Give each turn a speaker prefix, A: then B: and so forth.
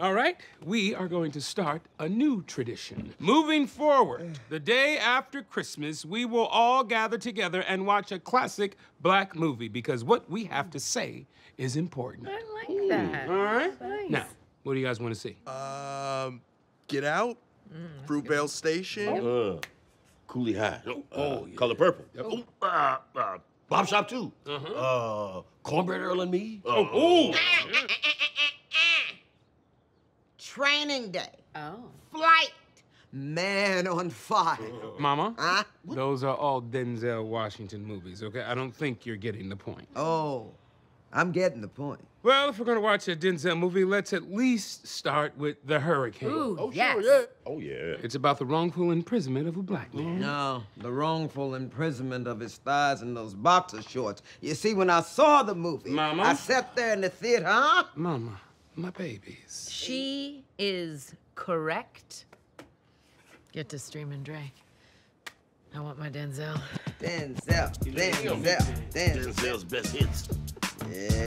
A: All right? We are going to start a new tradition. Moving forward, the day after Christmas, we will all gather together and watch a classic black movie because what we have to say is important.
B: I like that.
A: All right?
B: Nice.
A: Now, what do you guys want to see?
C: Um, Get Out, Fruitvale Station.
D: Uh, Coolie High. Oh, Color Purple. Oh, uh, uh, Bob Shop 2. Uh-huh. Uh, Cornbread Earl and Me. Uh,
A: Oh,
E: Training day.
B: Oh.
E: Flight.
F: Man on fire.
A: Mama,
F: Huh?
A: those are all Denzel Washington movies, okay? I don't think you're getting the point.
F: Oh, I'm getting the point.
A: Well, if we're going to watch a Denzel movie, let's at least start with The Hurricane.
B: Ooh,
D: oh,
B: yes.
D: sure, yeah. Oh, yeah.
A: It's about the wrongful imprisonment of a black man.
F: No, the wrongful imprisonment of his thighs in those boxer shorts. You see, when I saw the movie,
A: Mama?
F: I sat there in the theater, huh?
A: Mama, my babies.
B: She is correct. Get to streaming Drake. I want my Denzel.
F: Denzel, Denzel, Denzel.
D: Denzel's best hits.